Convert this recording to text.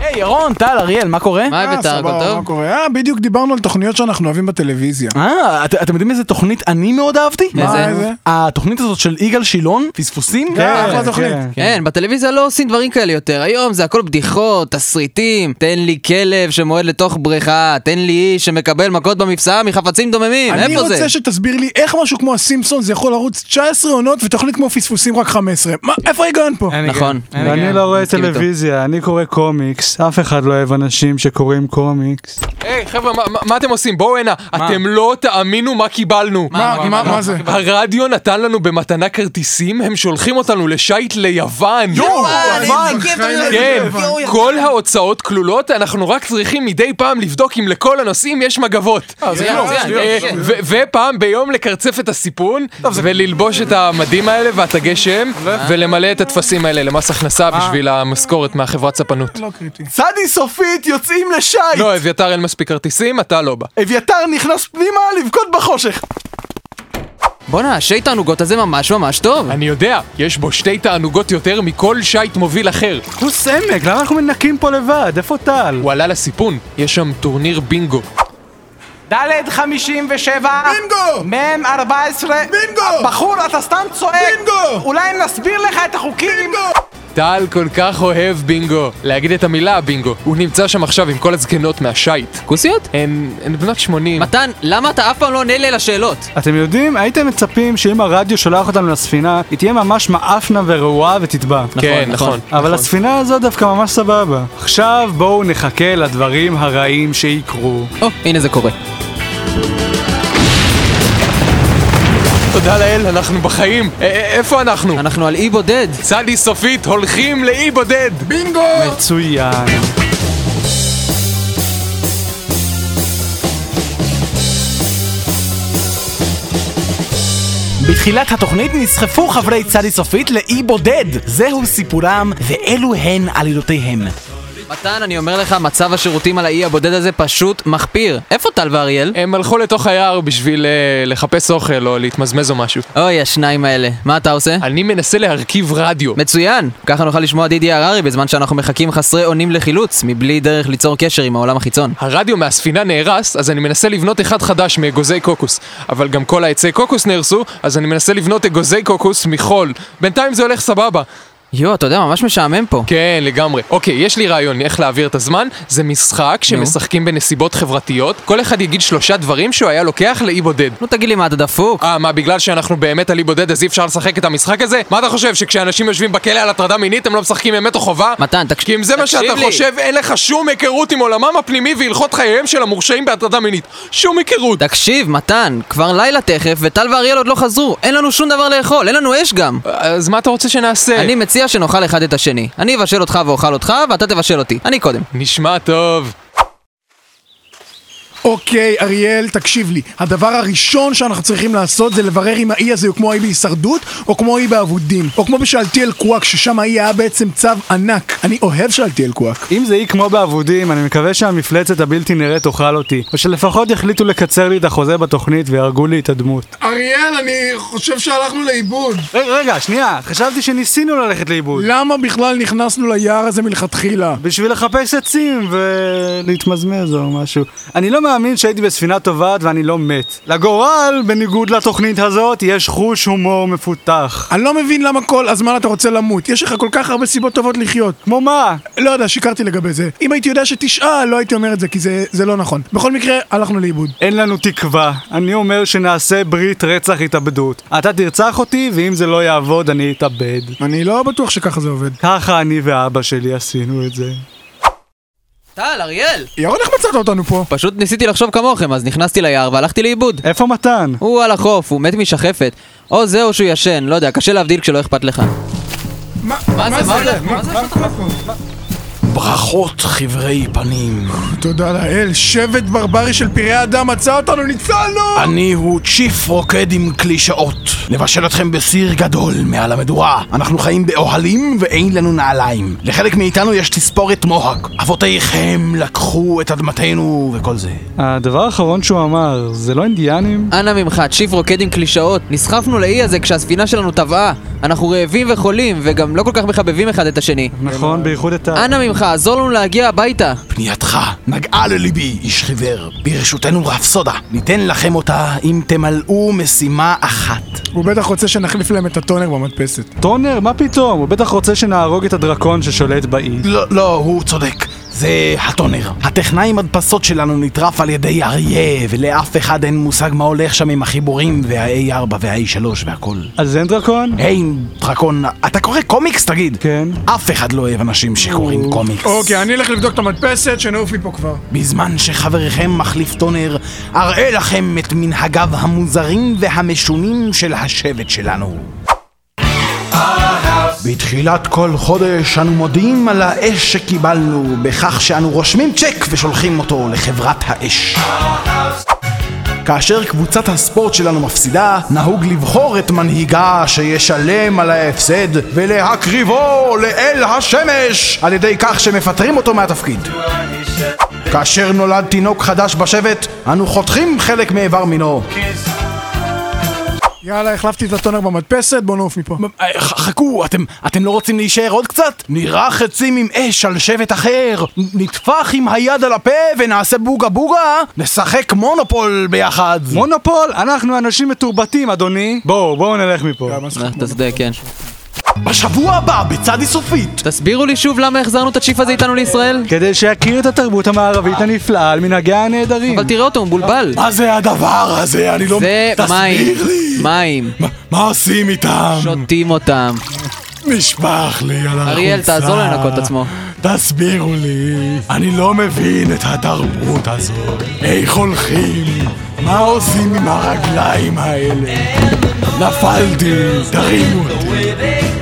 היי, ירון, טל, אריאל, מה קורה? מה הבאת? אה, הכל סבבה, מה טוב? קורה? אה, בדיוק דיברנו על תוכניות שאנחנו אוהבים בטלוויזיה. אה, את- אתם יודעים איזה תוכנית אני מאוד אהבתי? מה, איזה? איזה? התוכנית הזאת של יגאל שילון, פספוסים? אה, כן, אה, אחלה כן. תוכנית. אין, בטלוויזיה לא עושים דברים כאלה יותר. היום זה הכל בדיחות, תסריטים. תן לי כלב שמועד לתוך בריכה, תן לי איש שמקבל מכות במפסעה מחפצים דוממים. אני איפה זה? רוצה שתסביר לי איך משהו כמו הסימפסון זה יכול לרוץ 19 עונות ותוכנית כמו פספוסים רק 15. מה, איפה ההיגיון פה? אין לי נכון. גם, אין לי ואני גם. לא רואה מסכים איתו. טלוויזיה, אני קורא קומיקס, אף אחד לא אוהב אנשים שקוראים קומיקס. היי, חבר'ה, מה- מה- מה אתם עושים? בואו הנה. אתם לא תאמינו מה קיבלנו. מה, מה, מה זה? הרדיו נתן לנו במתנה כרטיסים, הם שולחים אותנו לשייט ליוון. יוון, כן, כל ההוצאות כלולות, אנחנו רק צריכים מדי פעם לבדוק אם לכל הנוסעים יש מגבות. אה, ו- ופעם ביום לקרצף את הסיפון, וללבוש את המדים האלה ואת הגשם, לא ולמלא את הטפסים האלה למס הכנסה בשביל המשכורת מהחברת ספנות. אה. לא קריטי. צדי סופית יוצאים לשייט! לא, אביתר אין מספיק כרטיסים, אתה לא בא. אביתר נכנס פנימה לבכות בחושך! בואנה, השי תענוגות הזה ממש ממש טוב. אני יודע, יש בו שתי תענוגות יותר מכל שייט מוביל אחר. הוא סמק, למה אנחנו מנקים פה לבד? איפה טל? הוא עלה לסיפון, יש שם טורניר בינגו. ד' 57 בינגו! מ' 14 בינגו! בחור אתה סתם צועק בינגו! אולי נסביר לך את החוקים טל כל כך אוהב בינגו. להגיד את המילה בינגו. הוא נמצא שם עכשיו עם כל הזקנות מהשייט. כוסיות? הן הן בנות 80. מתן, למה אתה אף פעם לא עונה לי לשאלות? אתם יודעים, הייתם מצפים שאם הרדיו שולח אותנו לספינה, היא תהיה ממש מעפנה ורעועה ותטבע. כן, נכון, נכון. אבל הספינה הזאת דווקא ממש סבבה. עכשיו בואו נחכה לדברים הרעים שיקרו. או, הנה זה קורה. תודה לאל, אנחנו בחיים. א- א- איפה אנחנו? אנחנו על אי בודד. צדי סופית הולכים לאי בודד. בינגו! מצוין. בתחילת התוכנית נסחפו חברי צדי סופית לאי בודד זהו סיפורם ואלו הן עלילותיהם מתן, אני אומר לך, מצב השירותים על האי הבודד הזה פשוט מחפיר. איפה טל ואריאל? הם הלכו לתוך היער בשביל אה, לחפש אוכל או להתמזמז או משהו. אוי, השניים האלה. מה אתה עושה? אני מנסה להרכיב רדיו. מצוין! ככה נוכל לשמוע דידי הררי בזמן שאנחנו מחכים חסרי אונים לחילוץ, מבלי דרך ליצור קשר עם העולם החיצון. הרדיו מהספינה נהרס, אז אני מנסה לבנות אחד חדש מאגוזי קוקוס. אבל גם כל העצי קוקוס נהרסו, אז אני מנסה לבנות אגוזי קוקוס מחול. בינתיים זה הולך סבבה. יואו, אתה יודע, ממש משעמם פה. כן, לגמרי. אוקיי, יש לי רעיון איך להעביר את הזמן. זה משחק שמשחקים בנסיבות חברתיות. כל אחד יגיד שלושה דברים שהוא היה לוקח לאי בודד. נו תגיד לי מה, אתה דפוק? אה, מה, בגלל שאנחנו באמת על אי בודד אז אי אפשר לשחק את המשחק הזה? מה אתה חושב, שכשאנשים יושבים בכלא על הטרדה מינית הם לא משחקים אמת או חובה? מתן, תקש- כי אם זה מה תקשיב שאתה לי. חושב, אין לך שום היכרות עם עולמם הפנימי והלכות חייהם של המורשעים בהטרדה מינית. שום היכרות. תקשיב, מתן, כבר לילה תכף, וטל ואריאל עוד לא חזרו. אין לנו שום דבר לאכול, אין לנו אש גם. אז מה אתה רוצה שנעשה? אני מציע שנאכל אחד את השני. אני אבשל אותך ואוכל אותך, ואתה תבשל אותי. אני קודם. נשמע טוב. אוקיי, אריאל, תקשיב לי. הדבר הראשון שאנחנו צריכים לעשות זה לברר אם האי הזה הוא כמו האי בהישרדות, או כמו האי באבודים, או כמו בשאלתי אל קוואק, ששם האי היה בעצם צו ענק. אני אוהב שאלתי אל קוואק. אם זה יהיה כמו באבודים, אני מקווה שהמפלצת הבלתי נראית תאכל אותי, או שלפחות יחליטו לקצר לי את החוזה בתוכנית ויהרגו לי את הדמות. אריאל, אני חושב שהלכנו לאיבוד. רגע, רגע, שנייה, חשבתי שניסינו ללכת לאיבוד. למה בכלל נכנסנו ליער הזה מלכתחילה? בשביל לחפש עצים ולהתמזמז או משהו. אני לא מאמין שהייתי בספינה טובעת ואני לא מת. לגורל, בניגוד לתוכנית הזאת, יש חוש הומור מפותח. אני לא מבין למה כל הזמן אתה רוצה למות. יש לך כל כך הרבה סיבות טובות לחיות. כמו מה? לא יודע, שיקרתי לגבי זה. אם הייתי יודע שתשעה, לא הייתי אומר את זה, כי זה, זה לא נכון. בכל מקרה, הלכנו לאיבוד. אין לנו תקווה. אני אומר שנעשה ברית רצח התאבדות. אתה תרצח אותי, ואם זה לא יעבוד, אני אתאבד. אני לא בטוח שככה זה עובד. ככה אני ואבא שלי עשינו את זה. טל, אריאל! ירון, איך מצאת אותנו פה? פשוט ניסיתי לחשוב כמוכם, אז נכנסתי ליער והלכתי לאיבוד. איפה מתן? הוא על החוף, הוא מת משחפת. או זה או שהוא ישן, לא יודע, קשה להבדיל כשלא אכפת לך. מה זה? מה זה? מה זה? ברכות חברי פנים תודה לאל, שבט ברברי של פראי אדם מצא אותנו, ניצלנו! אני הוא צ'יף רוקד עם קלישאות נבשל אתכם בסיר גדול מעל המדורה אנחנו חיים באוהלים ואין לנו נעליים לחלק מאיתנו יש תספורת מוהק אבותיכם לקחו את אדמתנו וכל זה הדבר האחרון שהוא אמר, זה לא אינדיאנים? אנא ממך, צ'יף רוקד עם קלישאות. נסחפנו לאי הזה כשהספינה שלנו טבעה. אנחנו רעבים וחולים, וגם לא כל כך מחבבים אחד את השני. נכון, בייחוד את ה... אנא ממך, עזור לנו להגיע הביתה. פנייתך נגעה לליבי, איש חיוור. ברשותנו רפסודה, ניתן לכם אותה אם תמלאו משימה אחת. הוא בטח רוצה שנחליף להם את הטונר במדפסת. טונר, מה פתאום? הוא בטח רוצה שנהרוג את הדרקון ששולט באי. לא, לא, הוא צודק. זה הטונר. הטכנאי מדפסות שלנו נטרף על ידי אריה, ולאף אחד אין מושג מה הולך שם עם החיבורים וה-A4 וה-A3 והכל. אז אין דרקון? היי, דרקון, אתה קורא קומיקס תגיד? כן. אף אחד לא אוהב אנשים שקוראים קומיקס. אוקיי, אני אלך לבדוק את המדפסת, שנעוף מפה כבר. בזמן שחברכם מחליף טונר, אראה לכם את מנהגיו המוזרים והמשונים של השבט שלנו. בתחילת כל חודש אנו מודיעים על האש שקיבלנו בכך שאנו רושמים צ'ק ושולחים אותו לחברת האש. כאשר קבוצת הספורט שלנו מפסידה, נהוג לבחור את מנהיגה שישלם על ההפסד ולהקריבו לאל השמש על ידי כך שמפטרים אותו מהתפקיד. כאשר נולד תינוק חדש בשבט, אנו חותכים חלק מאיבר מינו. יאללה, החלפתי את הטונר במדפסת, בוא נעוף מפה. אה, ח- חכו, אתם, אתם לא רוצים להישאר עוד קצת? נירה חצים עם אש על שבט אחר, נ- נטפח עם היד על הפה ונעשה בוגה בוגה, נשחק מונופול ביחד. מונופול, אנחנו אנשים מתורבתים, אדוני. בואו, בואו נלך מפה. אה, אתה צודק, כן. בשבוע הבא, בצד איסופית. תסבירו לי שוב למה החזרנו את הצ'יפ הזה איתנו לישראל? כן. כדי שיכיר את התרבות המערבית הנפלאה על מנהגיה הנהדרים. אבל תראה אותו, הוא מבולבל. מה זה הדבר הזה? אני לא... זה מים, אה, תסביר לי. מים, מה- מה עושים איתם? שותים אותם. נשפך לי על החולצה. אריאל, תעזור לו לנקות את עצמו. תסבירו לי, אני לא מבין את התרבות הזאת. איך הולכים? מה עושים עם הרגליים האלה? נפלתי, תרימו אותי.